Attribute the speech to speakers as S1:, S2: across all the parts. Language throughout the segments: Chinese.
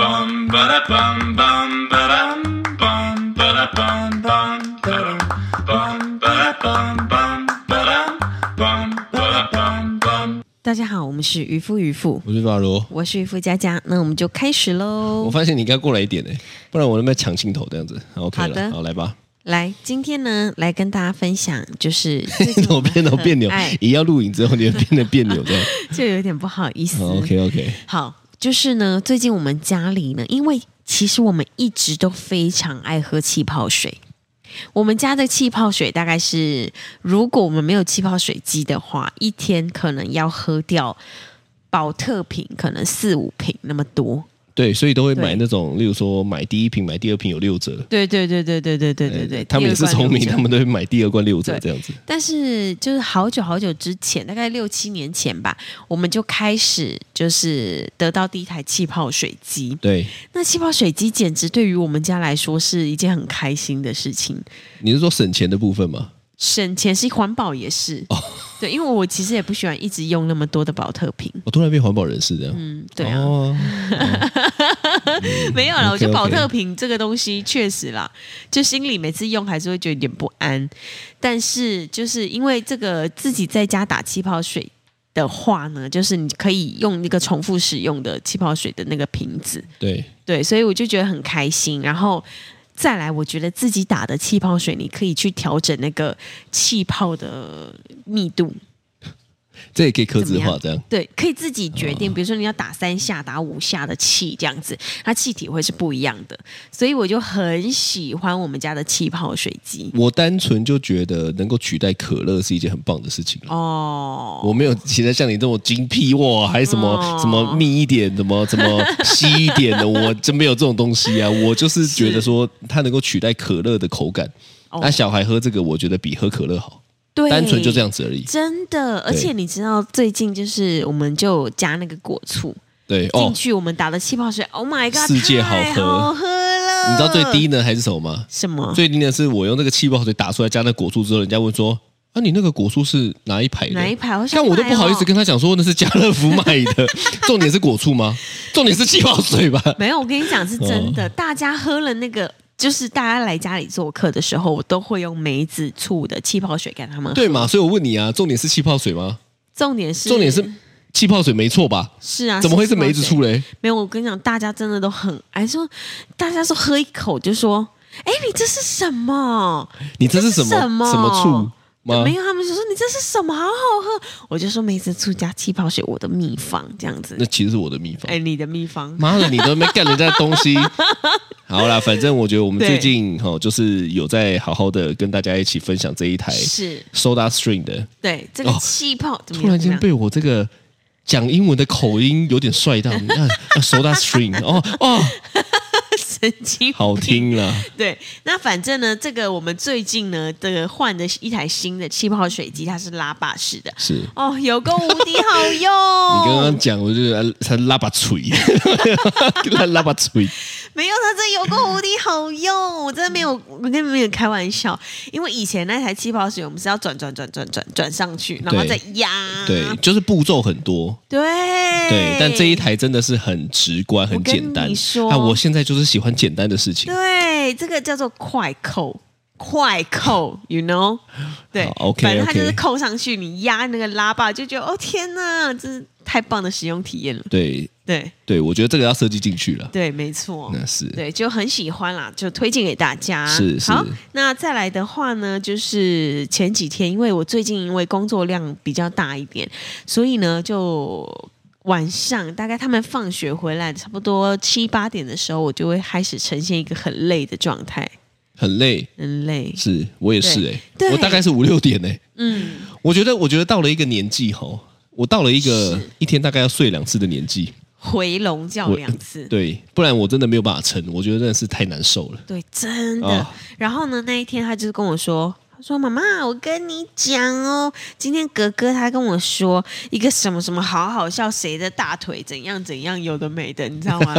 S1: bum ba da bum bum ba dum bum ba da bum bum ba dum bum ba da bum bum ba dum bum ba da bum bum.
S2: 大家好，我们是渔夫渔妇，
S3: 我是法罗。
S2: 我是渔夫佳佳，那我们就开始
S3: 我
S2: 喽。
S3: 发现你应该过来一点哎，不然我那边抢镜头这样子。好 OK
S2: 好的
S3: 了，好来吧。
S2: 来，今天呢，来跟大家分享，就是最 近
S3: 我变得变扭
S2: 哎，，
S3: 一要录影之后你就变得别扭这样。
S2: 就有点不好意思。
S3: 好哦 OK OK，
S2: 好，就是呢，最近我们家里呢，因为其实我们一直都非常爱喝气泡水。我们家的气泡水大概是，如果我们没有气泡水机的话，一天可能要喝掉保特瓶，可能四五瓶那么多。
S3: 对，所以都会
S2: 对
S3: 买那种，例如说买第一瓶、买第二瓶有六折。
S2: 对对对对对对对对对，
S3: 哎他们也是聪明，
S2: 第二罐六折
S3: 他们都会买第二罐六折
S2: 对
S3: 这样子。
S2: 但是就是好久好久之前，大概六七年前吧，我们就开始就是得到第一台气泡水机。
S3: 对，
S2: 那气泡水机简直对于我们家来说是一件很开心的事情，
S3: 你是说省钱的部分吗？
S2: 省钱是环保也是。
S3: 哦
S2: 对，因为我其实也不喜欢一直用那么多的保特瓶。
S3: 我哦突然变环保人士这样。
S2: 嗯，对啊，
S3: 哦
S2: 没有啦，我觉得
S3: OK，OK
S2: 保特瓶这个东西确实啦，就心里每次用还是会觉得有点不安。但是就是因为这个自己在家打气泡水的话呢，就是你可以用那个重复使用的气泡水的那个瓶子，
S3: 对，
S2: 对，所以我就觉得很开心。然后再来，我觉得自己打的气泡水，你可以去调整那个气泡的密度，
S3: 这也可以刻字
S2: 怎么
S3: 化
S2: 样
S3: 这样。
S2: 对，可以自己决定，比如说你要打三下、打五下的气这样子，它气体会是不一样的。所以我就很喜欢我们家的气泡水机
S3: 我单纯就觉得能够取代可乐是一件很棒的事情了。
S2: 哦。
S3: 我没有期待像你这种精辟哇，还什么、
S2: 哦
S3: 什么密一点，怎么怎么稀一点的，我真没有这种东西啊！我就是觉得说它能够取代可乐的口感。那、
S2: 哦
S3: 小孩喝这个，我觉得比喝可乐好，
S2: 对，
S3: 单纯就这。样子而已。
S2: 真的，而且你知道，最近就是我们就加那个果醋
S3: 对哦
S2: 进，去，我们打的气泡水，Oh my god，
S3: 世界好喝
S2: 太好喝了。
S3: 你知道最低呢还是什么吗？
S2: 什么？
S3: 最低呢是我用这个气泡水打出来加那果醋之后，人家问说：“啊，你那个果醋是哪一排的？”
S2: 哪一排？我想
S3: 像我都不好意思
S2: 买哦。
S3: 跟他讲说那是家乐福买 的，重点是果醋吗？重点是气泡水吧？
S2: 没有，我跟你讲是真
S3: 嗯
S2: 的，大家喝了那个。就是大家来家里做客的时候，我都会用梅子醋的气泡水给他们喝。
S3: 对嘛？所以我问你啊，重点是气泡水吗？
S2: 重点是
S3: 重点是气泡水没错吧？
S2: 是啊，
S3: 怎么会是梅子
S2: 气泡
S3: 醋嘞？
S2: 水？没有，我跟你讲，大家真的都很爱说，大家说喝一口就说：“哎，你这是什么？
S3: 你这是什
S2: 什
S3: 么什么醋吗？
S2: 没有，他们就说：“你这是什么？好好喝！”我就说：“梅子醋加气泡水，我的秘方这样子
S3: 那。其实是我的秘”方
S2: 哎，。你的秘方
S3: 妈的，你都没干人家的东 西。好啦，反正我觉得我们最近哈、哦，就是有在好好的跟大家一起分享这一台
S2: 是
S3: Soda Stream 的，
S2: 对这个
S3: 哦
S2: 气泡、怎么
S3: 突
S2: 样？
S3: 然
S2: 怎么
S3: 间
S2: 样
S3: 被我这个讲英文的口音有点 帅到，啊啊，Soda Stream，哦哦，
S2: 神经
S3: 好听啦。
S2: 对，那反正呢，这个我们最近呢，这个换的一台新的气泡水机，它是拉霸式的。
S3: 是你
S2: 哦，有够无敌好 用！
S3: 刚刚讲，我就觉得他拉把锤，他 拉把锤。
S2: 没有它真有够无敌好用，我真的没有，我跟你们没有开玩笑。因为以前那台气泡水，我们是要转转转转转转上去，然后再压。
S3: 对，就是步骤很多，
S2: 对
S3: 对，但这一台真的是很直观、很
S2: 跟
S3: 简单。
S2: 你说
S3: 啊，我现在就是喜欢简单的事情。
S2: 对这个叫做快扣。快扣，you know，对
S3: 好，OK，
S2: 反正它
S3: OK
S2: 就是扣上去，你压那个拉把，就觉得哦天哪，这是太棒的使用体验了。
S3: 对
S2: 对
S3: 对，我觉得这个要设计进去了。
S2: 对，没错，
S3: 那是
S2: 对，就很喜欢啦，就推荐给大家。
S3: 是是
S2: 好，那再来的话呢，就是前几天，因为我最近因为工作量比较大一点，所以呢，就晚上大概他们放学回来，差不多七八点的时候，我就会开始呈现一个很累的状态，
S3: 很累，
S2: 很累。
S3: 是我也是哎、
S2: 对
S3: 我大概是五六点哎、
S2: 嗯，
S3: 我觉得我觉得到了一个年纪吼，我到了一个
S2: 是
S3: 一天大概要睡两次的年纪，
S2: 回笼觉
S3: 我
S2: 两次。
S3: 对，不然我真的没有办法撑，我觉得真的是太难受了。
S2: 对，真的。
S3: 啊
S2: 然后呢，那一天他就是跟我说，他说：“妈妈，我跟你讲哦，今天格格他跟我说一个什么什么好好笑，谁的大腿怎样怎样，有的没的，你知道 吗？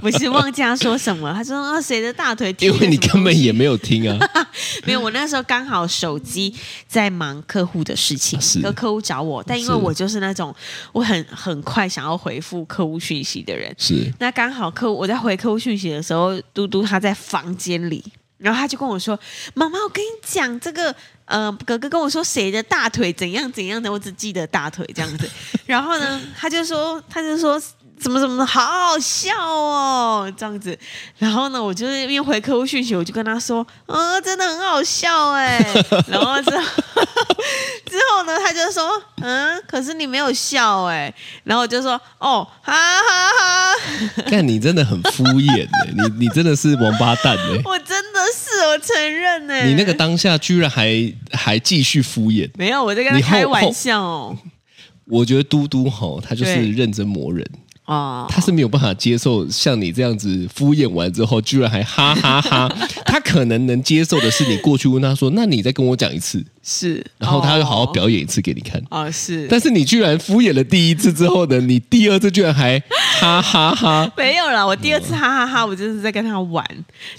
S2: 我是忘记他说什么，他说哦，谁的大腿踢
S3: 因
S2: 了什么
S3: 为
S2: 东西，
S3: 你根本也没有听啊。
S2: 没有，我那时候刚好手机在忙客户的事情，
S3: 是
S2: 有客户找我，但因为
S3: 是
S2: 我就是那种我很很快想要回复客户讯息的人，
S3: 是
S2: 那刚好客户我在回客户讯息的时候，嘟嘟他在房间里，然后他就跟我说：“妈妈，我跟你讲这个。”呃，哥哥跟我说谁的大腿怎样怎样的，我只记得大腿这样子。然后呢，他就说，他就说怎么怎么好好笑哦，这样子。然后呢，我就是因为回客户讯息，我就跟他说，嗯，真的很好笑哎。然后之后 之后呢，他就说，嗯，可是你没有笑哎。然后我就说，哦，哈哈哈
S3: 但你真的很敷衍欸你你真的是王八 蛋哎、
S2: 我真的是，我承认欸呢、
S3: 你那个当下居然还还继续敷衍，
S2: 没有，我在跟他
S3: 你后
S2: 开玩笑哦。
S3: 我觉得嘟嘟吼，他就
S2: 对
S3: 是认真磨人，
S2: 哦，
S3: 他是没有办法接受像你这样子敷衍完之后，居然还哈 哈哈他可能能接受的是你过去问他说：“那你再跟我讲一次。
S2: 是”，
S3: 然后他就好好
S2: 哦
S3: 表演一次给你看。
S2: 哦，是，
S3: 但是你居然敷衍了第一次之后呢，你第二次居然还哈哈 哈，
S2: 没有啦，我第二次哈哈哈我真的是在跟他玩，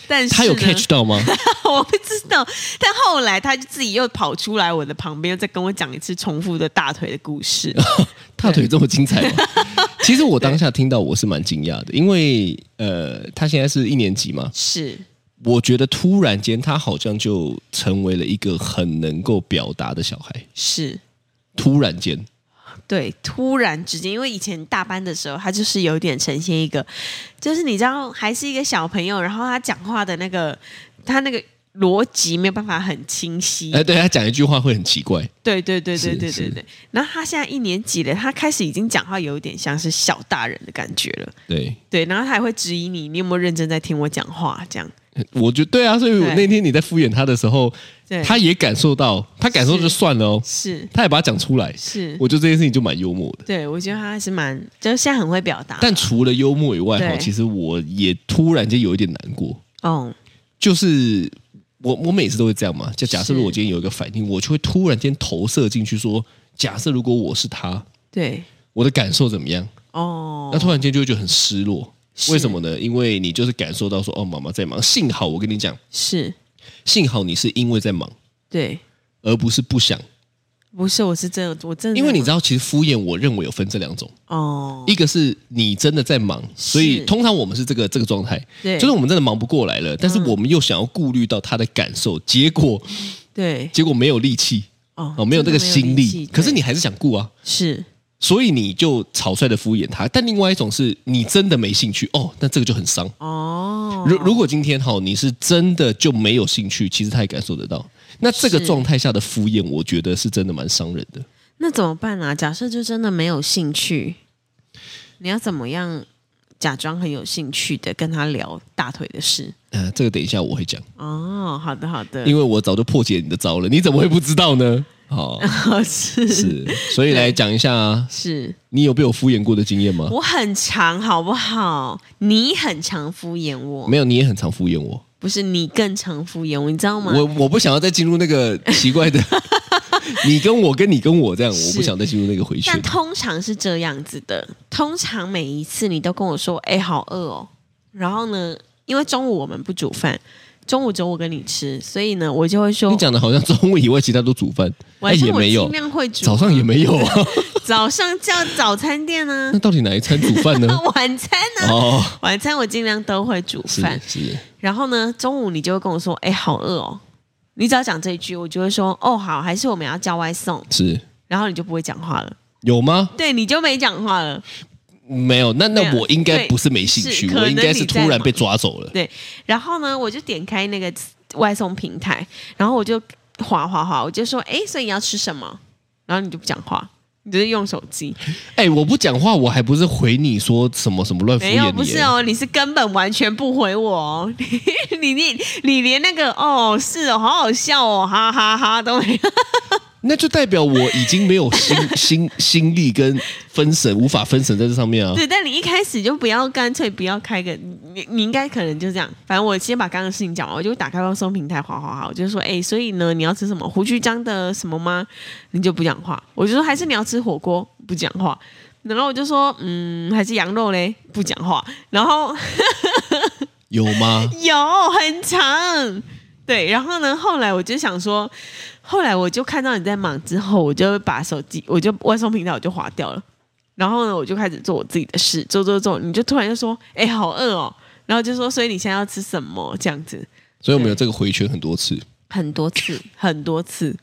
S2: 但是
S3: 嗯他有
S2: 呢
S3: catch 到吗？
S2: 我不知道，但后来他就自己又跑出来我的旁边，再跟我讲一次重复的大腿的故 事。
S3: 大腿这么精彩吗？其实我当下听到我是蛮惊讶的，因为呃，他现在是一年级嘛，
S2: 是，
S3: 我觉得突然间他好像就成为了一个很能够表达的小孩。
S2: 是。
S3: 突然间，
S2: 对，突然之间，因为以前大班的时候，他就是有点呈现一个，就是你知道，还是一个小朋友，然后他讲话的那个，他那个逻辑没有办法很清晰。
S3: 哎，对他讲一句话会很奇怪，
S2: 对对对对
S3: 是
S2: 对对
S3: 是
S2: 对。然后他现在一年级了，他开始已经讲话有一点像是小大人的感觉了。
S3: 对。
S2: 对，然后他还会质疑你，你有没有认真在听我讲话？这样，
S3: 我觉得对啊，所以我
S2: 对
S3: 那天你在敷衍他的时候，
S2: 对，
S3: 他也感受到，他感受
S2: 是
S3: 就算了哦，
S2: 是
S3: 他也把它讲出来。
S2: 是，
S3: 我觉得这件事情就蛮幽默的。
S2: 对我觉得他还是蛮，就是现在很会表达。
S3: 但除了幽默以外，
S2: 对
S3: 哈，其实我也突然间有一点难过，
S2: 哦，
S3: 就是我我每次都会这样嘛，就假设
S2: 是
S3: 如果我今天有一个反应，我就会突然间投射进去说，假设如果我是他，
S2: 对，
S3: 我的感受怎么样？
S2: 哦
S3: 那，突然间就会觉得很失落。
S2: 是
S3: 为什么呢？因为你就是感受到说，哦，妈妈在忙。幸好我跟你讲，
S2: 是，
S3: 幸好你是因为在忙，
S2: 对，
S3: 而不是不想。
S2: 不是，我是真的，我真的，
S3: 因为你知道，其实敷衍，我认为有分这两种，
S2: 哦，
S3: 一个是你真的在忙，所以
S2: 是
S3: 通常我们是这个这个状态，
S2: 对嗯
S3: 就是我们真的忙不过来了，但是我们又想要顾虑到他的感受，结果
S2: 对，
S3: 结果没有力气
S2: 哦
S3: 哦，没有这个心
S2: 力
S3: 力
S2: 气，
S3: 可是
S2: 对
S3: 你还是想顾啊，
S2: 是
S3: 所以你就草率的敷衍他。但另外一种是你真的没兴趣哦，那这个就很伤。
S2: 哦，
S3: 如如果今天哈、你是真的就没有兴趣，其实他也感受得到。那这个
S2: 是
S3: 状态下的敷衍，我觉得是真的蛮伤人的。
S2: 那怎么办啊？假设就真的没有兴趣，你要怎么样假装很有兴趣的跟他聊大腿的事？
S3: 呃，这个等一下我会讲，
S2: 哦，好的，好的，
S3: 因为我早就破解你的招了，你怎么会不知道 呢？哦，
S2: 为是
S3: 是，所以来讲一下、啊，
S2: 是，
S3: 你有被我敷衍过的经验吗？
S2: 我很长，好不好？你很常敷衍我，
S3: 没有，你也很常敷衍我。
S2: 不是你更常敷衍我，你知道吗？
S3: 我我不想要再进入那个奇怪 的，你跟我跟你跟我这样，我不
S2: 是
S3: 想再进入那个回
S2: 但
S3: 旋。
S2: 通常是这样子的，通常每一次你都跟我说：“哎、好饿哦。”
S3: 嗯
S2: 然后呢，因为中午我们不煮饭，中午只有我跟你吃，所以呢，我就会说
S3: 你，讲的好像中午以外其他都煮饭，哎
S2: 晚上
S3: 也
S2: 我
S3: 没有
S2: 尽，量会煮，
S3: 早上也，没有啊，
S2: 早上叫早餐店呢、
S3: 那到底哪一餐煮饭呢？
S2: 晚餐呢、
S3: 嗯哦，
S2: 晚餐我尽量都会煮
S3: 是
S2: 饭，
S3: 是，
S2: 然后呢，中午你就会跟我说：“哎、好饿哦。”你只要讲这一句，我就会说：“哦，好，还是我们要叫外送。
S3: 是”
S2: 然后你就不会讲话了，
S3: 有吗？
S2: 对，你就没讲话了。
S3: 没有，那
S2: 没
S3: 那
S2: 有
S3: 我应该不是没兴
S2: 对
S3: 趣，
S2: 是可能
S3: 我应该
S2: 你
S3: 是
S2: 在
S3: 突然
S2: 忙
S3: 被抓走了。
S2: 对，然后呢，我就点开那个外送平台，然后我就划划划，我就说，哎，所以你要吃什么？然后你就不讲话，你就是用手机。
S3: 哎、我不讲话，我还不是回你说什么什么乱敷
S2: 没有，
S3: 衍
S2: 不
S3: 你、
S2: 是
S3: 欸？
S2: 哦，你是根本完全不回我哦， 你你你你连那个哦是哦，好好笑哦，哈哈哈都没有。
S3: 那就代表我已经没 有心心心力跟分神，无法分神在这上面啊。
S2: 对，但你一开始就不要，干脆不要开个，你你你应该可能就这样，反正我先把刚刚的事情讲完，我就打开放松平台，划划划，我就说，哎、所以呢，你要吃什么胡须章的什么吗？你就不讲话，我就说还是你要吃火锅，不讲话。然后我就说，嗯，还是羊肉嘞，不讲话。然后
S3: 有吗？
S2: 有很长，对。然后呢，后来我就想说，后来我就看到你在忙之后，我就把手机，我就外送平台我就划掉了。然后呢，我就开始做我自己的事，做做做，你就突然就说，哎、好饿哦。然后就说，所以你现在要吃什么？这样子
S3: 所以我们有这个回圈很多次。
S2: 很多次，很多次。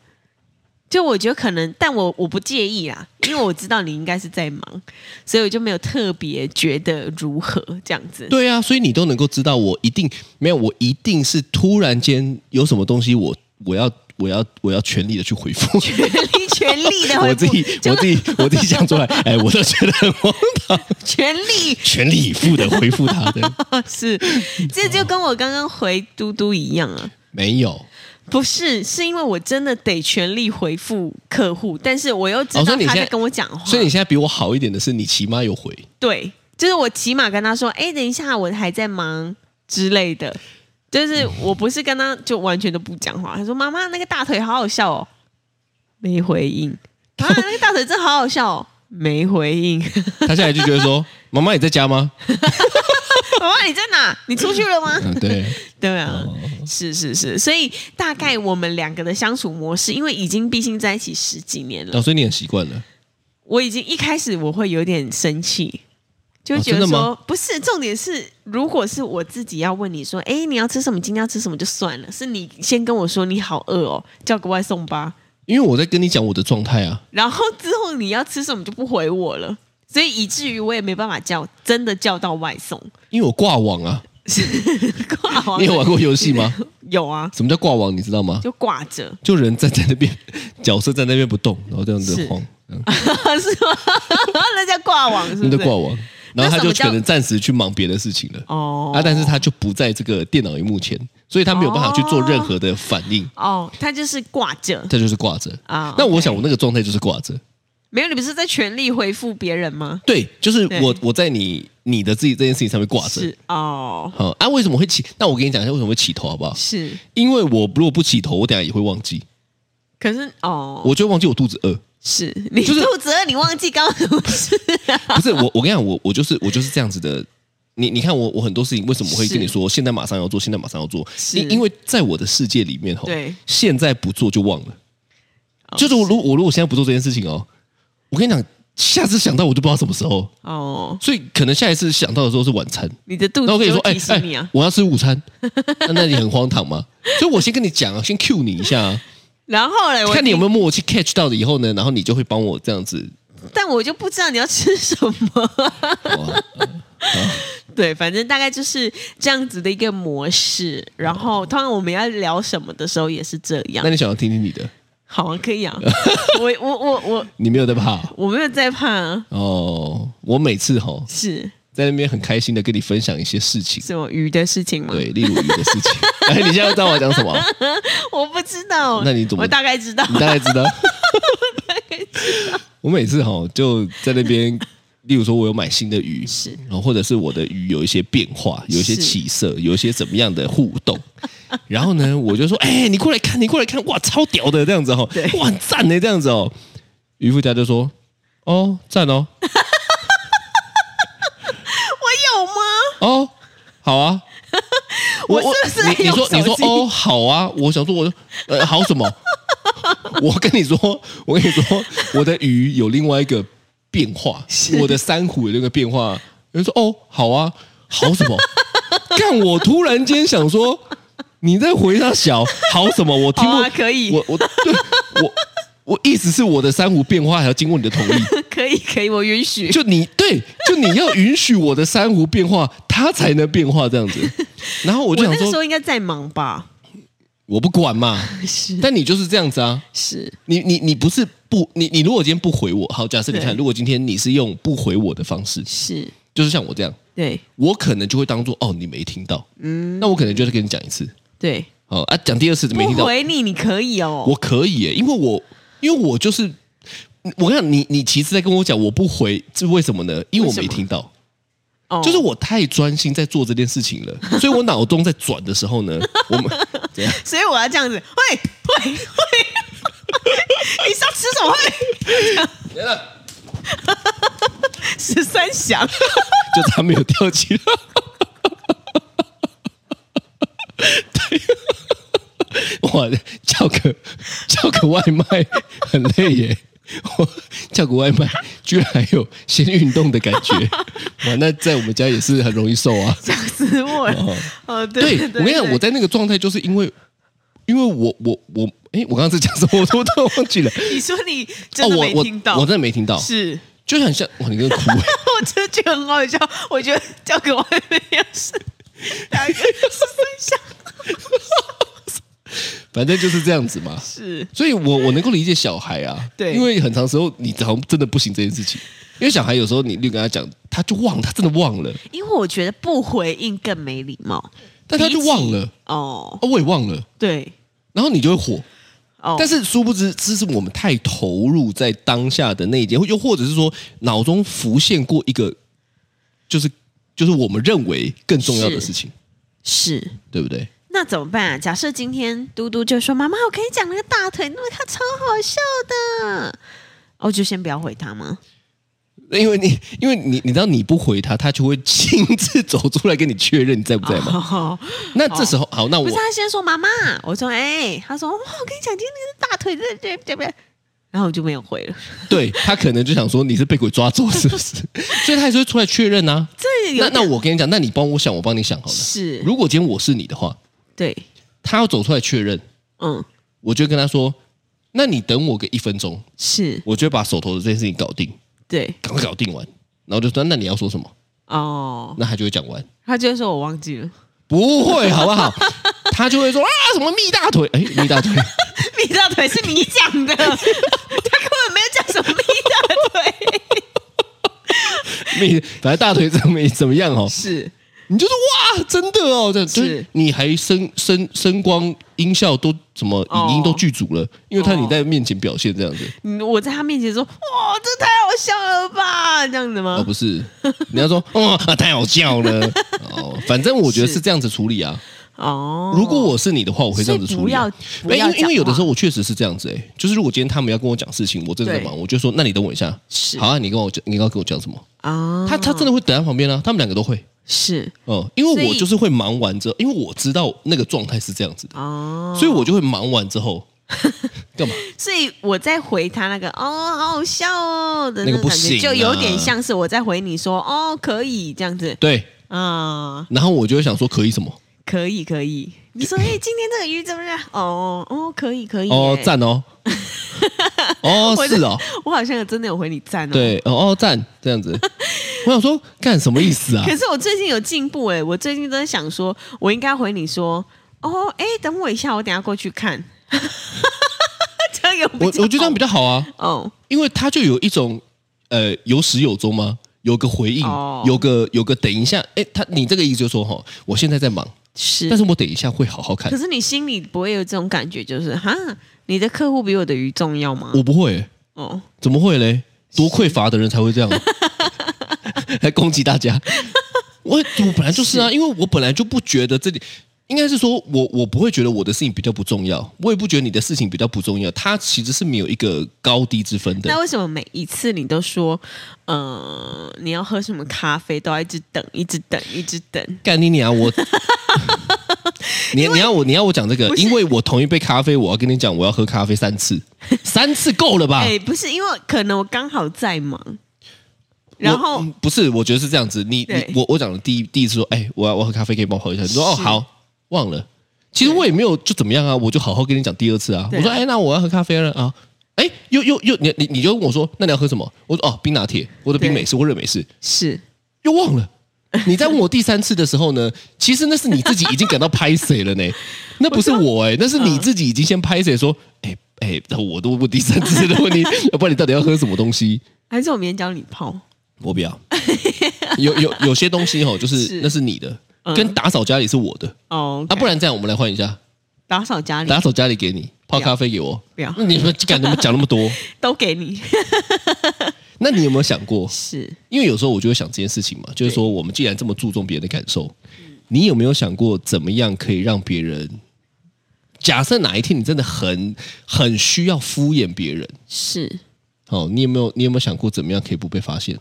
S2: 就我觉得可能，但我我不介意啦，因为我知道你应该是在忙，所以我就没有特别觉得如何这样 子。
S3: 对啊，所以你都能够知道，我一定没有，我一定是突然间有什么东西我，我要我要我要全力的去回复。
S2: 全力全力的
S3: 我自己我自己我自己想出来，哎，我都觉得很荒唐，
S2: 全力
S3: 全力以赴的回复他的，
S2: 是，这就跟我刚刚回嘟嘟一样啊。
S3: 没有。
S2: 不是，是因为我真的得全力回复客户，但是我又知
S3: 哦所
S2: 道
S3: 以你
S2: 他
S3: 现
S2: 在
S3: 在
S2: 跟我讲话，
S3: 所以你现在比我好一点的是，你起码有回。
S2: 对，就是我起码跟他说，哎，等一下，我还在忙之类的，就是我不是跟他就完全都不讲话。他说妈妈那个大腿好好笑哦，没回应。 妈妈那个大腿真好好笑哦，没回应。
S3: 他现在就觉得 说：“妈妈，你在家吗
S2: 妈妈你在哪？你出去了吗？”？
S3: 嗯，对，
S2: 对啊，
S3: 嗯
S2: 是是是，所以大概我们两个的相处模式，因为已经毕竟在一起十几年了，
S3: 哦，所以你很习惯了。
S2: 我已经一开始我会有点生气，就会
S3: 哦
S2: 觉得
S3: 真的
S2: 说、
S3: 吗
S2: 不是重点是，如果是我自己要问你说，哎，你要吃什么？今天要吃什么就算了，是你先跟我说你好饿哦，叫个外送吧，
S3: 因为我在跟你讲我的状态啊，
S2: 然后之后你要吃什么就不回我了，所以以至于我也没办法叫真的叫到外送，
S3: 因为我挂网啊。
S2: 挂网
S3: 你有玩过游戏 吗？
S2: 有啊，
S3: 什么叫挂网？你知道吗？
S2: 就挂着。
S3: 就人站在那边， 角色站在那边不动，然后这样子
S2: 是
S3: 晃，嗯
S2: 是吗？ 那叫挂网，是不
S3: 那
S2: 是？
S3: 就挂网。然后他就可能暂时去忙别的事情了
S2: 哦
S3: 啊，但是他就不在这个电脑荧幕前，所以他没有办法去做任何的反应，
S2: 哦，他就是挂着
S3: 这就是挂着。
S2: 啊。
S3: 那我
S2: OK
S3: 想我那个状态就是挂着。
S2: 没有，你不是在全力回复别人吗？
S3: 对，就是
S2: 对
S3: 我我在你你的自己这件事情上面挂着。
S2: 是哦，
S3: 好啊，为什么会起？那我跟你讲一下为什么会起头好不好？
S2: 是，
S3: 因为我如果不起头，我等一下也会忘记，
S2: 可是哦，
S3: 我就会忘记我肚子饿。
S2: 是你
S3: 就是
S2: 肚子饿，你忘记刚刚什么事？
S3: 不是我，我跟你讲，我我就是我就是这样子的。你你看我我很多事情为什么我会跟你说现在马上要做，现在马上要做？
S2: 是
S3: 因因为在我的世界里面吼
S2: 对，哦
S3: 现在不做就忘了。就是我如我如果现在不做这件事情哦，我跟你讲，下次想到我就不知道什么时候，
S2: 哦，
S3: 所以可能下一次想到的时候是晚餐。
S2: 你的肚
S3: 然后
S2: 子
S3: 我跟你
S2: 就
S3: 说，
S2: 会
S3: 哎
S2: 提
S3: 哎
S2: 醒你啊。
S3: 我要吃午餐， 那那你很荒唐吗？所以我先跟你讲啊，先 cue 你一下啊，
S2: 然后 嘞，我
S3: 看你有没
S2: 有，
S3: 有默契 catch 到的以后呢，然后你就会帮我这样子。
S2: 但我就不知道你要吃什么。
S3: 哇啊
S2: 对，反正大概就是这样子的一个模式。然后，通常我们要聊什么的时候也是这样
S3: 那。你想要听听你的，
S2: 好啊，可以 啊。我我我我
S3: 你没有在怕
S2: 我没有在怕、啊，
S3: 哦。我每次吼
S2: 是
S3: 在那边很开心的跟你分享一些事情，
S2: 什么鱼的事情吗？
S3: 对，例如鱼的事情。 哎，你现在知道我要讲什么？
S2: 我不知道。
S3: 那你怎么
S2: 我大概知道
S3: 你大概 知道。我每次吼就在那边，例如说我有买新的鱼，
S2: 是
S3: 然后或者是我的鱼有一些变化，有一些
S2: 是
S3: 起色，有一些怎么样的互动。然后呢，我就说：“哎、你过来看，你过来看，哇，超屌的这样子哦
S2: 对，
S3: 哇，很赞的这样子哦。”渔夫家就说：“哦，赞哦，
S2: 我有吗？
S3: 哦，好啊。我”
S2: 我是不是
S3: 你你
S2: 用
S3: 说
S2: 手
S3: 你说
S2: 机
S3: 哦好啊，我想说我说呃好什么？ 我跟你说，我跟你说，我的鱼有另外一个变化，我的珊瑚有另一个变化。有人说哦好啊，好什么？ 但我突然间想说，你在回他小好什么？我听
S2: 好
S3: 过、
S2: 啊可以
S3: 我我对我我意思是我的珊瑚变化还要经过你的同意。
S2: 可以可以，我允许。
S3: 就你对，就你要允许我的珊瑚变化，它才能变化这样 子。然后我
S2: 我
S3: 就想
S2: 那个
S3: 说，
S2: 时候
S3: 我
S2: 应该在忙吧？
S3: 不管嘛，
S2: 是
S3: 但你就是这样子啊。
S2: 是，
S3: 你你你不是不你你如果今天不回我，好，假设你
S2: 对
S3: 看，如果今天你是用不回我的方式，
S2: 是，
S3: 就是像我这样，
S2: 对
S3: 我可能就会当做哦你没听到，嗯，那我可能就再跟你讲一次，
S2: 对，
S3: 好啊，讲第二次没
S2: 不
S3: 听到，
S2: 回你你可以哦。
S3: 我可以耶，因为我因为我就是我跟你讲你你其实在跟我讲我不回是为什么呢？因为我
S2: 为什
S3: 没
S2: 么
S3: 听到，
S2: 哦
S3: 就是我太专心在做这件事情 了，所以我脑中在转的时候呢，我们 怎样？
S2: 所以我要这样子，会会 会，你上吃什么会？
S3: 没了，
S2: 十三响，
S3: 就他没有跳起 来。对，哇，叫个叫个外卖很累耶。我叫个外卖，居然还有先运动的感觉，哇！那在我们家也是很容易瘦啊。
S2: 讲死我了。哦，对
S3: 对
S2: 对
S3: 我跟你讲，我
S2: 在
S3: 在那个状态，就是因为因为我我我，哎，我刚刚在讲什么？我都都忘记了。
S2: 你说你
S3: 哦，
S2: 真的
S3: 我
S2: 没
S3: 我
S2: 听到，
S3: 我真的没听到，
S2: 是。
S3: 就很像哇，你跟哭欸
S2: 我真的觉得很好笑，我觉得交给外面要 是打一个十三响
S3: 反正就是这样子嘛。
S2: 是
S3: 所以我我能够理解小孩啊，
S2: 对
S3: 因为很长时候你好像真的不行这件事情，因为小孩有时候你就跟他讲，他就忘了，他真的忘了，
S2: 因为我觉得不回应更没礼貌，
S3: 但他就
S2: 比起
S3: 忘了，
S2: 哦，
S3: 哦，我也忘了，
S2: 对
S3: 然后你就会火。
S2: 哦，
S3: 但是殊不知，这是我们太投入在当下的那一件，又或者是说脑中浮现过一个，就是就是我们认为更重要的事情，
S2: 是
S3: 对不对？
S2: 那怎么办啊？假设今天嘟嘟就说：“妈妈，我可以讲那个大腿，那个它超好笑的。”哦，就先不要回他吗？
S3: 因为你因为你你知道你不回他，他就会亲自走出来跟你确认你在不在吗？
S2: 哦，
S3: 那这时候好，那
S2: 不
S3: 我
S2: 是，啊他先说妈妈，我说哎，他说哇，我跟你讲，今天那个大腿，对对对对，然后我就没有回了。
S3: 对他可能就想说你是被鬼抓走是 不是？所以他还是会出来确认啊。
S2: 这有
S3: 那那我跟你讲，那你帮我想，我帮你想好了。
S2: 是
S3: 如果今天我是你的话，
S2: 对，
S3: 他要走出来确认，
S2: 嗯，
S3: 我就跟他说：“那你等我个一分钟，
S2: 是
S3: 我就会把手头的这件事情搞定，
S2: 对
S3: 赶快搞定完。”然后就说：“那你要说什么
S2: 哦？”，
S3: 那他就会讲完，
S2: 他就会说我忘记了，
S3: 不会好不好？他就会说：“啊，什么蜜大腿？哎，蜜大腿，
S2: 蜜大腿是 你讲 的，他根本没有讲什么蜜大腿，
S3: 蜜，反正大腿怎么怎么样哦？
S2: 是
S3: 你就是哇，真的哦，这样就是
S2: 是
S3: 你还声声声光音效都什么
S2: 哦
S3: 影音都具足了，因为他
S2: 哦
S3: 你在面前表现这样子，
S2: 嗯我在他面前说哇，这太好笑了吧，这样子吗？
S3: 哦，不是，你要说 哦啊，太好笑了哦，反正我觉得
S2: 是
S3: 是这样子处理啊。
S2: 哦，
S3: 如果我是你的话，我会这样子处理啊、
S2: 所以不要不
S3: 没
S2: 要
S3: 因为因
S2: 讲话
S3: 为有的时候我确实是这样子哎、就是如果今天他们要跟我讲事情，我正在
S2: 对
S3: 忙，我就说那你等我一下，
S2: 嗯是
S3: 好啊，你跟我讲，你刚刚跟我讲什么？
S2: 啊，
S3: 他他真的会等在旁边啊，他们两个都会。
S2: 是
S3: 哦，因
S2: 所
S3: 为
S2: 以
S3: 我就是会忙完之后，因为我知道那个状态是这样子的，
S2: 哦，
S3: 所以我就会忙完 之后干嘛？
S2: 所以我在回他那个哦，好好笑哦的
S3: 那个
S2: 种
S3: 不
S2: 感觉，
S3: 行
S2: 就有点
S3: 啊
S2: 像是我在回你说哦，可以这样子
S3: 对，
S2: 啊，
S3: 然后我就会想说可以什么？
S2: 可以可以。你说哎，今天这个鱼怎么样？哦哦，可以可以
S3: 哦，
S2: 耶
S3: 赞 哦，哦
S2: 我
S3: 是 哦，
S2: 我好像真的有回你赞哦。，
S3: 对，哦哦赞这样子。我想说干什么意思啊？
S2: 可是我最近有进步哎，我最近都在想说，我应该回你说哦，哎，等我一下，我等一下过去看。 这样有比
S3: 我我
S2: 较
S3: 觉得这样比较好啊，
S2: 好哦，
S3: 因为他就有一种呃有始有终嘛，有个回应，
S2: 哦
S3: 有个有个等一下，哎，他你这个意思就是说哈，我现在在忙，
S2: 是
S3: 但是我等一下会好好看
S2: 可，是你心里不会有这种感觉，就是哈，你的客户比我的鱼重要吗？
S3: 我不会、欸
S2: 哦，
S3: 怎么会嘞？多匮乏的人才会这 样、啊，来攻击大家。我我本来就是啊，因为我本来就不觉得这里。应该是说我我不会觉得我的事情比较不重要，我也不觉得你的事情比较不重要，它其实是没有一个高低之分的
S2: 那。为什么每一次你都说，呃，你要喝什么咖啡，都要一直等，一直
S3: 啊
S2: 等，一直等？
S3: 干你 娘！我，你你要我你要我讲这个，
S2: 不是
S3: 因为我同一杯咖啡，我要跟你讲，我要喝咖啡三次，三次够了吧？
S2: 哎、不是，因为可能我刚好在忙，然
S3: 我
S2: 后
S3: 嗯不是，我觉得是这样子。你
S2: 对
S3: 你我我讲的第一第一次说，哎，我要我要喝咖啡，可以帮我喝一下。你说哦
S2: 是
S3: 好，忘了。其实我也没有就怎么样啊，我就好好跟你讲第二次啊。
S2: 对啊
S3: 我说哎，那我要喝咖啡了啊。哎，又又又你你你就问我说，那你要喝什么？我说哦，冰拿铁或者冰美式或热美式，
S2: 是
S3: 又忘了。你在问我第三次的时候呢， 其实那是你自己已经感到拍谁了呢，那不是我哎、那是
S2: 嗯
S3: 你自己已经先拍谁说，哎哎，我都问第三次的 问题，要不然你到底要喝什么东西？
S2: 还是我明天教你泡？
S3: 我不要。 有有有些东西 哦，就是
S2: 是嗯
S3: 那是你的，跟打扫家里是我的。
S2: 哦、
S3: 啊，不
S2: 然
S3: 然这样，我们来换一下，
S2: 打扫家里
S3: 打扫家里给你，泡
S2: 不要
S3: 咖啡给我。
S2: 不要
S3: 那你们敢怎么讲那么多？
S2: 都给你，
S3: 那你有没有想过？
S2: 是
S3: 因为有时候我就会想这件事情嘛，就是说我们既然这么注重别人的感受，你有没有想过怎么样可以让别人？假设哪一天你真的很很需要敷衍别人，
S2: 是，
S3: 哦，你有没有你有没有想过怎么样可以不被发现？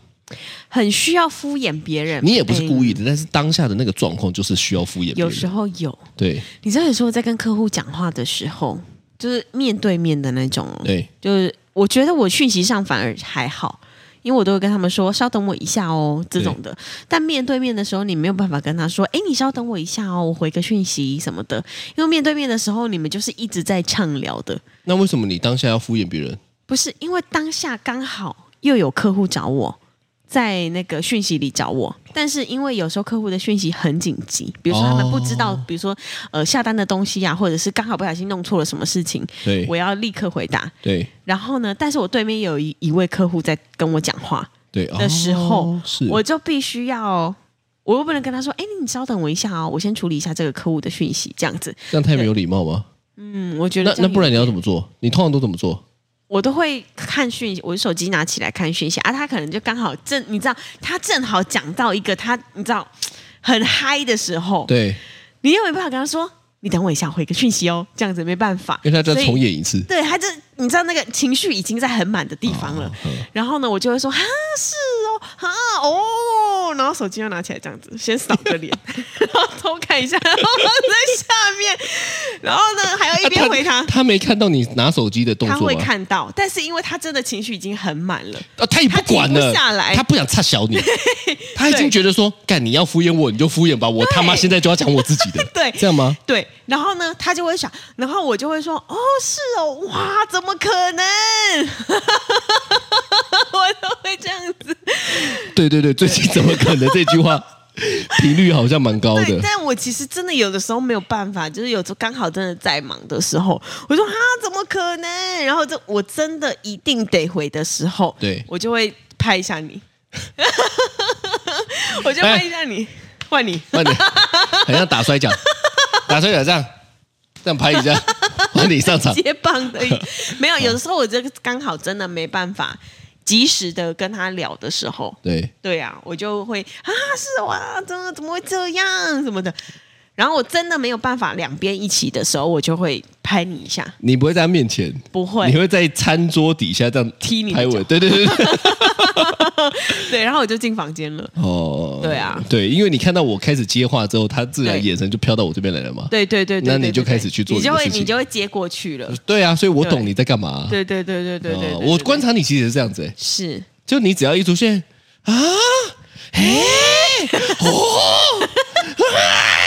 S2: 很需要敷衍别人。
S3: 你也不是故
S2: 意，
S3: 意的，但是当下的那个状况就是需要敷衍别
S2: 哎有
S3: 人。
S2: 时候有。
S3: 对
S2: 你知道，有时候在跟客户讲话的时候，就是面对面的那种哦，
S3: 对
S2: 就是我觉得我讯息上反而还好，因为我都会跟他们说稍等我一下哦这种的。但面对面的时候，你没有办法跟他说，哎，你稍等我一下哦，我回个讯息什么的。因为面对面的时候，你们就是一直在畅聊的，
S3: 那为什么你当下要敷衍别人？
S2: 不是因为当下刚好又有客户找我。在那个讯息里找我，但是因为有时候客户的讯息很紧急，比如说他们不知道，
S3: 哦
S2: 比如说呃下单的东西呀、或者是刚好不小心弄错了什么事情，
S3: 对
S2: 我要立刻回答。
S3: 对
S2: 然后呢，但是我对面有一一位客户在跟我讲话，
S3: 对
S2: 的时候
S3: 哦是
S2: 我就必须要，我又不能跟他说，哎，你稍等我一下哦，我先处理一下这个客户的讯息，这样子。
S3: 这样太没有礼貌吗？
S2: 嗯，我觉得
S3: 那
S2: 这
S3: 那
S2: 样
S3: 不然你要怎么做？你通常都怎么做？
S2: 我都会看讯息，我手机拿起来看讯息啊，他可能就刚好正，你知道，他正好讲到一个他，你知道很嗨的时候，
S3: 对，
S2: 你又没办法跟他说，你等我一下，回个讯息哦，这样子没办法，
S3: 因为他再
S2: 所以
S3: 重演一次。
S2: 对，他就你知道那个情绪已经在很满的地方
S3: 啊
S2: 了。然后呢，我就会说啊，是哦，啊哦，然后手机又拿起来这样子，先扫个 脸，然后偷看一下， 然后在下面，然后呢还要一边回他。
S3: 他没看到你拿手机的动
S2: 他
S3: 作啊
S2: 会
S3: 吗？
S2: 看到，但是因为他真的情绪已经很满了，
S3: 啊，他也不管
S2: 他停
S3: 了，
S2: 不下来
S3: 他不想插 小你，他已经觉得说，干你要敷衍我，你就敷衍吧，我他妈现在就要讲我自己的，
S2: 对
S3: 这样吗？
S2: 对，然后呢，他就会想，然后我就会说，哦，是哦，哇，怎么可能？ 我都会这样子。
S3: 对对对，最近怎么可能这句话频率好像蛮高
S2: 对，
S3: 的？
S2: 但我其实真的有的时候没有办法，就是有时候刚好真的在忙的时候，我说啊，怎么可能？然后这我真的一定得回的时候，
S3: 对
S2: 我就会拍一下 你， 我
S3: 哎
S2: 就拍一下你，换你。
S3: 慢点，很像打摔跤，打摔跤这样，这样拍 一下，换你上场。
S2: 接棒的意思，没有。有的时候我这个刚好真的没办法及时的跟他聊的时候，
S3: 对，
S2: 对啊，我就会啊，是哇，怎么怎么会这样什么的。然后我真的没有办法两边一起的时候，我就会拍你一下，
S3: 你不会在他面前，
S2: 不会
S3: 你会在餐桌底下这样
S2: 踢你的
S3: 拍我，
S2: 脚
S3: 对对对 对，
S2: 对，然后我就进房间了。
S3: 哦，
S2: 对啊
S3: 对，因为你看到我开始接话之后，他自然
S2: 对
S3: 眼神就飘到我这边来了嘛。
S2: 对对对对，
S3: 那你
S2: 对
S3: 就
S2: 对对
S3: 开始去做
S2: 你
S3: 你的
S2: 就会
S3: 事情
S2: 你就会接过去了。
S3: 对啊，所以我懂
S2: 对
S3: 你在干嘛、
S2: 对对对对对对
S3: 哦
S2: 对，
S3: 我
S2: 对
S3: 观察你其实是这样子、欸，
S2: 是
S3: 就你只要一出现啊，嘿，哦，啊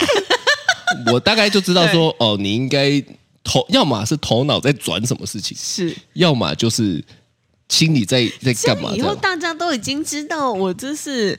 S3: 我大概就知道说，哦，你应该头，要么是头脑在转什么事情，
S2: 是，
S3: 要么就是心里在在
S2: 这
S3: 干嘛
S2: 样以
S3: 这
S2: 后
S3: 样。
S2: 大家都已经知道我这是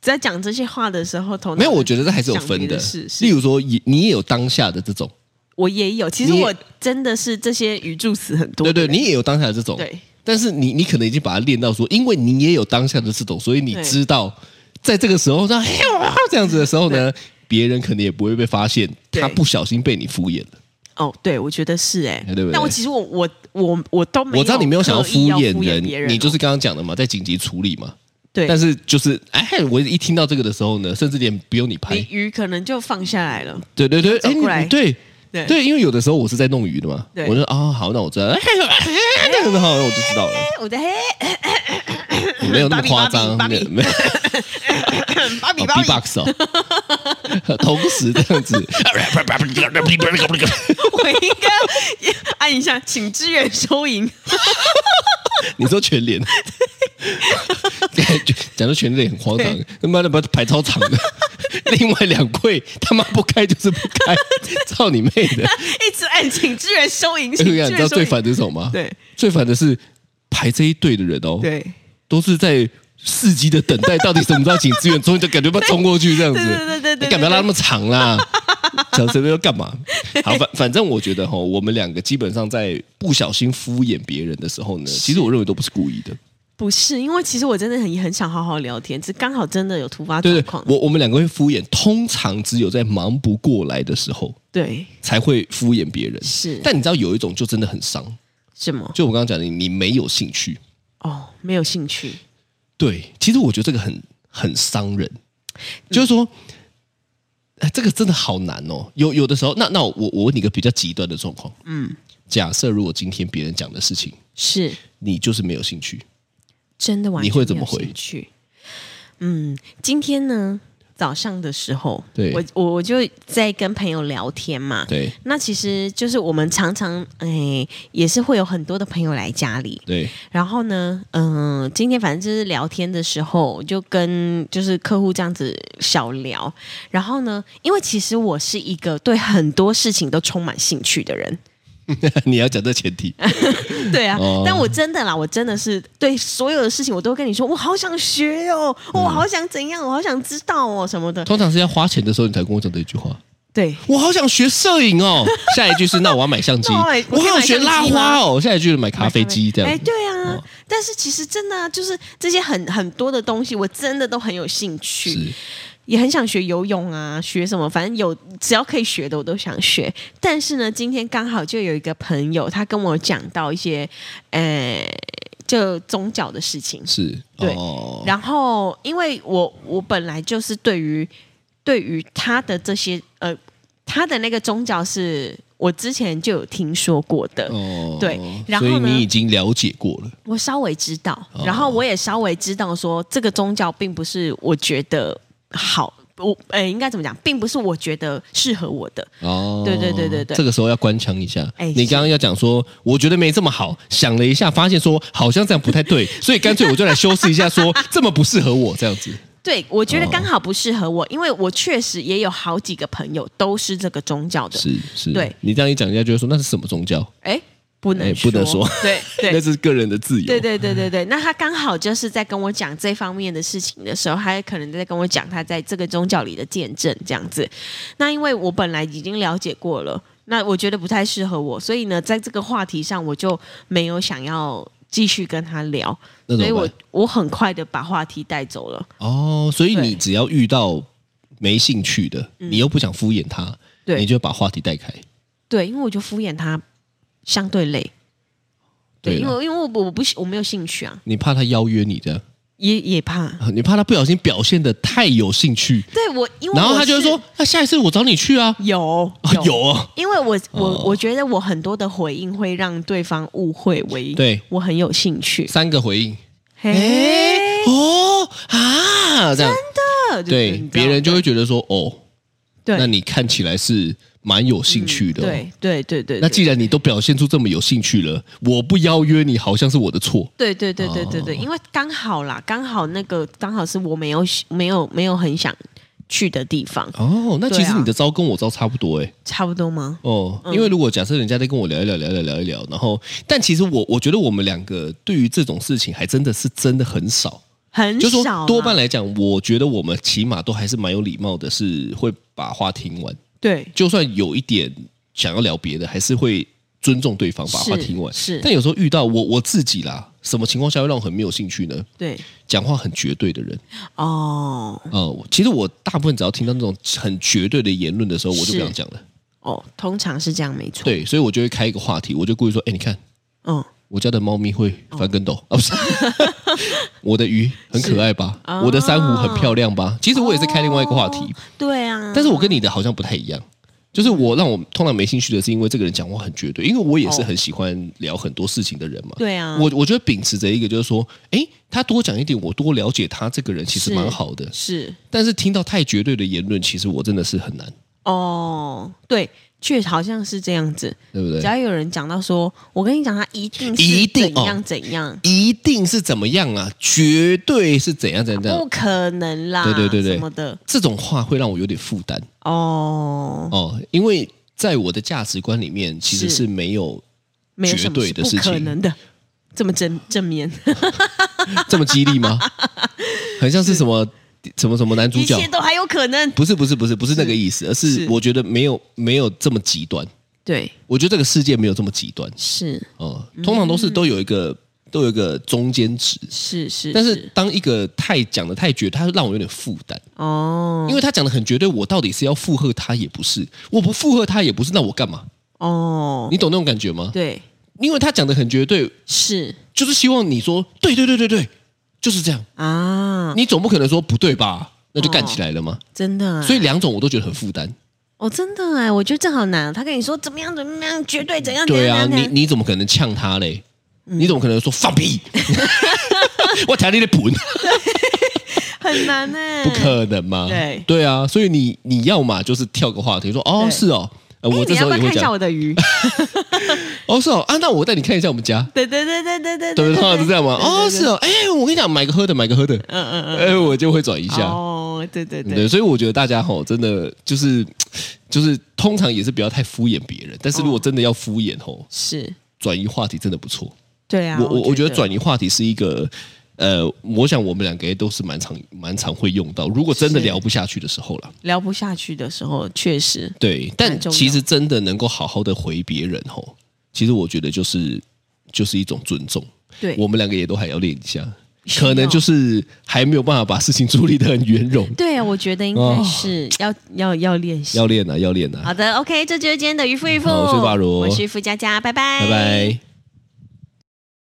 S2: 在讲这些话的时候，头脑
S3: 没有，我觉得这还是有
S2: 想
S3: 分
S2: 别
S3: 的
S2: 的是。是
S3: 例如说，也你也有当下的这种，
S2: 我也有。其实
S3: 你
S2: 我真的是这些语助词很多的
S3: 对对，
S2: 人，
S3: 你也有当下的这种，
S2: 对。
S3: 但是你你可能已经把它练到说，因为你也有当下的这种，所以你
S2: 对
S3: 知道，在这个时候这样嘿哇这样子的时候呢，别人可能也不会被发现，
S2: 对
S3: 他不小心被你敷衍了。
S2: 哦，对，我觉得是哎、
S3: 对不对
S2: 但我其实我我我我都没有，
S3: 我知道你没有想
S2: 要
S3: 要
S2: 敷
S3: 敷衍
S2: 衍
S3: 人，
S2: 别人哦，
S3: 你就是刚刚讲的嘛，在紧急处理嘛。
S2: 对，
S3: 但是就是哎，我一听到这个的时候呢，甚至连不用你拍
S2: 你，鱼可能就放下来了。
S3: 对对对，
S2: 走
S3: 哎，
S2: 过来
S3: 你对。
S2: 对
S3: 对，因为有的时候我是在弄鱼的嘛，
S2: 对
S3: 我就啊、好，那我知道，哎，这样子好，那我就知道了，
S2: 哎我的 嘿，
S3: 没有那么夸张，
S2: 芭
S3: 没
S2: 比芭比
S3: 有没有。
S2: 芭比
S3: 哦
S2: 芭比，
S3: ，B-box 哦， 同时这样子，
S2: 我应该按一下，请支援收银。
S3: 你说全脸， 讲到全脸很荒唐
S2: 对，
S3: 他妈的把排超长 的，另外两柜他妈不开就是不 开，操你妹的！
S2: 一直按请支援收银，
S3: 哎
S2: 请
S3: 我
S2: 支
S3: 跟你讲，
S2: 援
S3: 你
S2: 收
S3: 知道
S2: 银。
S3: 最烦的是什么吗？
S2: 对，
S3: 最烦的是排这一队的人哦，
S2: 对
S3: 都是在。伺机的等待，到底什么时候请支援？终于就感觉要冲过去这样子，
S2: 对对对对对对
S3: 你干嘛拉那么 长啦？讲什么要干嘛？好，反反正我觉得哈，我们两个基本上在不小心敷衍别人的时候呢，其实我认为都不是故意的。
S2: 不是因为其实我真的很也很想好好聊天，只刚好真的有突发
S3: 对
S2: 状
S3: 对，
S2: 况。
S3: 我我们两个会敷衍，通常只有在忙不过来的时候
S2: 对，
S3: 才会敷衍别人。
S2: 是
S3: 但你知道有一种就真的很伤，
S2: 什么？
S3: 就我刚刚讲的，你没有兴趣，
S2: 哦，没有兴趣。
S3: 对，其实我觉得这个很很伤人，就是说，哎，这个真的好难哦。有有的时候，那那我我问你一个比较极端的状况，嗯，假设如果今天别人讲的事情，
S2: 是
S3: 你就是没有兴趣，
S2: 真的完全
S3: 你会怎么回
S2: 没有兴趣嗯，今天呢早上的时候，
S3: 对
S2: 我我我就在跟朋友聊天嘛，
S3: 对
S2: 那其实就是我们常常哎、也是会有很多的朋友来家里，
S3: 对
S2: 然后呢，嗯、今天反正就是聊天的时候，我就跟就是客户这样子小聊。然后呢，因为其实我是一个对很多事情都充满兴趣的人，
S3: 你要讲这前提，
S2: 对啊。
S3: 哦
S2: 但我真的啦，我真的是对所有的事情，我都会跟你说，我好想学哦，
S3: 嗯
S2: 我好想怎样，我好想知道哦什么的。
S3: 通常是要花钱的时候你才跟我讲这一句话。
S2: 对，
S3: 我好想学摄影哦，下一句是那我要买相机，
S2: 那我买
S3: 我好想学拉花哦，下一句是买咖啡机这
S2: 哎，
S3: 样。
S2: 对啊。
S3: 哦
S2: 但是其实真的啊、就是这些很很多的东西，我真的都很有兴趣。
S3: 是
S2: 也很想学游泳啊，学什么，反正有只要可以学的我都想学。但是呢，今天刚好就有一个朋友，他跟我讲到一些，呃，就宗教的事情。
S3: 是，
S2: 对
S3: 哦，
S2: 然后，因为我我本来就是对于对于他的这些呃，他的那个宗教是我之前就有听说过的，
S3: 哦
S2: 对然后
S3: 所以
S2: 呢
S3: 你已经了解过了，
S2: 我稍微知道
S3: 哦，
S2: 然后我也稍微知道说这个宗教并不是我觉得好，我呃应该怎么讲，并不是我觉得适合我的。
S3: 哦，
S2: 对对对对对
S3: 这个时候要官腔一下。
S2: 哎
S3: 你刚刚要讲说，我觉得没这么好，想了一下，发现说好像这样不 太对，所以干脆我就来修饰一下说，这么不适合我这样子。
S2: 对，我觉
S3: 哦
S2: 得刚好不适合我，因为我确实也有好几个朋友都是这个宗教的。
S3: 是是，
S2: 对
S3: 你这样一讲，人家就会说那是什么宗教？
S2: 哎，不能
S3: 哎
S2: 说，
S3: 不能说
S2: 对
S3: 那
S2: 对。
S3: 是个人的自由。
S2: 对对对对对，那他刚好就是在跟我讲这方面的事情的时候，他也可能在跟我讲他在这个宗教里的见证这样子。那因为我本来已经了解过了，那我觉得不太适合我，所以呢，在这个话题上我就没有想要继续跟他聊，
S3: 那
S2: 所以
S3: 怎么
S2: 我
S3: 办？
S2: 我很快的把话题带走了。
S3: 哦，所以
S2: 对嗯
S3: 你只要遇到没兴趣的，你又不想敷衍他，
S2: 对
S3: 你就把话题带开。
S2: 对，因为我就敷衍他，相对累。对，
S3: 对啊
S2: 因
S3: 了，
S2: 为因为我不我不喜我没有兴趣啊，
S3: 你怕他邀约你这样，
S2: 也也怕。
S3: 啊你怕他不小心表现的太有兴趣，
S2: 对我，因为
S3: 然后
S2: 我
S3: 他就会
S2: 哦是
S3: 说，那下一次我找你去啊。
S2: 有
S3: 啊有啊，
S2: 因为我我、
S3: 哦
S2: 我觉得我很多的回应会让对方误会为
S3: 对
S2: 我很有兴趣。
S3: 三个回应，
S2: 嘿，
S3: 哦啊，这样
S2: 呃
S3: 对，别人就会觉得说，哦，
S2: 对
S3: 那你看起来是蛮有兴趣的、哦
S2: 嗯对对对对，
S3: 那
S2: 对
S3: 既然你都表现出这么有兴趣了，我不邀约你好像是我的错。
S2: 对对对对对对，
S3: 哦
S2: 因为刚好啦，刚好那个刚好是我没有没有没有很想去的地方，
S3: 哦，那其
S2: 对
S3: 实
S2: 啊
S3: 你的招跟我招差不多哎、
S2: 差不多吗？
S3: 哦，因为如果假设人家在跟我聊一聊、聊一聊、聊一聊，然后，但其实我我觉得我们两个对于这种事情还真的是真的很少，
S2: 很
S3: 就
S2: 少
S3: 是
S2: 啦，
S3: 说多半来讲，我觉得我们起码都还是蛮有礼貌的，是会把话听完，
S2: 对
S3: 就算有一点想要聊别的，还是会尊重对方把话
S2: 是
S3: 听完。
S2: 是
S3: 但有时候遇到我我自己啦，什么情况下会让我很没有兴趣呢？
S2: 对
S3: 讲话很绝对的人，
S2: 哦
S3: 呃，我其实我大部分只要听到那种很绝对的言论的时候，我就不
S2: 是
S3: 想讲了。
S2: 哦，通常是这样没错。，
S3: 对，所以我就会开一个话题，我就故意说：“哎，你看
S2: 嗯，
S3: 我家的猫咪会翻跟斗哦，不是， 我的鱼很可爱吧？
S2: 哦
S3: 我的珊瑚很漂亮吧？”其实我也是开另外一个话题，
S2: 哦对啊，
S3: 但是我跟你的好像不太一样。就是我让我通常没兴趣的是，因为这个人讲话很绝对，因为我也是
S2: 哦
S3: 很喜欢聊很多事情的人嘛。
S2: 对啊，
S3: 我我觉得秉持着一个就是说，诶，他多讲一点，我多了解他这个人，其实
S2: 是
S3: 蛮好的。
S2: 是
S3: 但是听到太绝对的言论，其实我真的是很难，
S2: 哦，对，确好像是这样子。
S3: 对不
S2: 只
S3: 对？
S2: 要有人讲到说，我跟你讲，他一定是
S3: 一定
S2: 怎样
S3: 哦
S2: 怎样，
S3: 一定是怎么样啊？绝对是怎样怎样怎样
S2: 不？可能啦，
S3: 对对对对
S2: 什么的
S3: 这种话会让我有点负担
S2: 哦，
S3: 哦，因为在我的价值观里面，其实
S2: 是
S3: 是没有
S2: 没有什么
S3: 绝对
S2: 是
S3: 的
S2: 不
S3: 事
S2: 可
S3: 情
S2: 能的，这么正正面，
S3: 这么激励吗？ 很像是什么什么什么男主
S2: 一
S3: 角
S2: 切？都还有可能。
S3: 不是不是不是不是那个意思，而是
S2: 是
S3: 我觉得没有没有这么极端。
S2: 对，
S3: 我觉得这个世界没有这么极端
S2: 是
S3: 哦，通常都是都有一个都有一个中间值，
S2: 是是，
S3: 但是当一个太讲的太绝，他让我有点负担。
S2: 哦
S3: 因为他讲的很绝对，我到底是要附和他也不是，我不附和他也不是，那我干嘛？
S2: 哦，
S3: 你懂那种感觉吗？
S2: 对，
S3: 因为他讲的很绝对，
S2: 是
S3: 就是希望你说对对对对对，就是这样。
S2: 啊，
S3: 你总不可能说不对吧？那就干起来了嘛。
S2: 真的啊，
S3: 所以两种我都觉得很负担。
S2: 哦，真的哎，我觉得这好难。他跟你说怎么样怎么样，绝对怎样怎
S3: 对
S2: 样
S3: 啊，
S2: 怎样
S3: 你
S2: 怎样，
S3: 你怎么可能呛他嘞？
S2: 嗯
S3: 你怎么可能说 放屁？我踩你的盆，
S2: 很难哎，
S3: 不可能嘛？
S2: 对
S3: 啊，所以你你要嘛就是跳个话题，说哦
S2: 对
S3: 是哦，呃
S2: 哎
S3: 我这
S2: 你
S3: 时
S2: 要
S3: 候
S2: 不要
S3: 也会
S2: 看一下
S3: 讲
S2: 我的鱼？
S3: 哦是哦啊，那我带你看一下我们家。
S2: 对对对对对对
S3: 对，通常是这样嘛。
S2: 对对
S3: 哦，是哦，哎，我跟你讲，买个喝的，买个喝的，
S2: 嗯嗯嗯，
S3: 哎，我就会转一下。嗯
S2: 哦，对对
S3: 对，
S2: 对，
S3: 所以我觉得大家吼，真的就是就是，通常也是不要太敷衍别人，但是如
S2: 哦
S3: 果真的要敷衍吼，
S2: 是，
S3: 转移话题真的不错。
S2: 对啊，
S3: 我我
S2: 我
S3: 我觉得转移话题是一个。呃，我想我们两个也都是蛮常蛮常会用到，如果真的
S2: 是
S3: 聊不下去的时候啦，
S2: 聊不下去的时候，确实
S3: 对。但
S2: 蛮重要
S3: 其实真的能够好好的回别人吼，其实我觉得就是就是一种尊重。
S2: 对，哦
S3: 我们两个也都还要练一下，
S2: 需要
S3: 可能就是还没有办法把事情 处理的很圆融，
S2: 对啊，我觉得应该
S3: 哦
S2: 是要要要练习。
S3: 要练啊，要练啊。嗯
S2: 好的，OK，这就是今天的渔夫渔夫，
S3: 好我是法如
S2: 我是付佳佳，拜拜，
S3: 拜拜。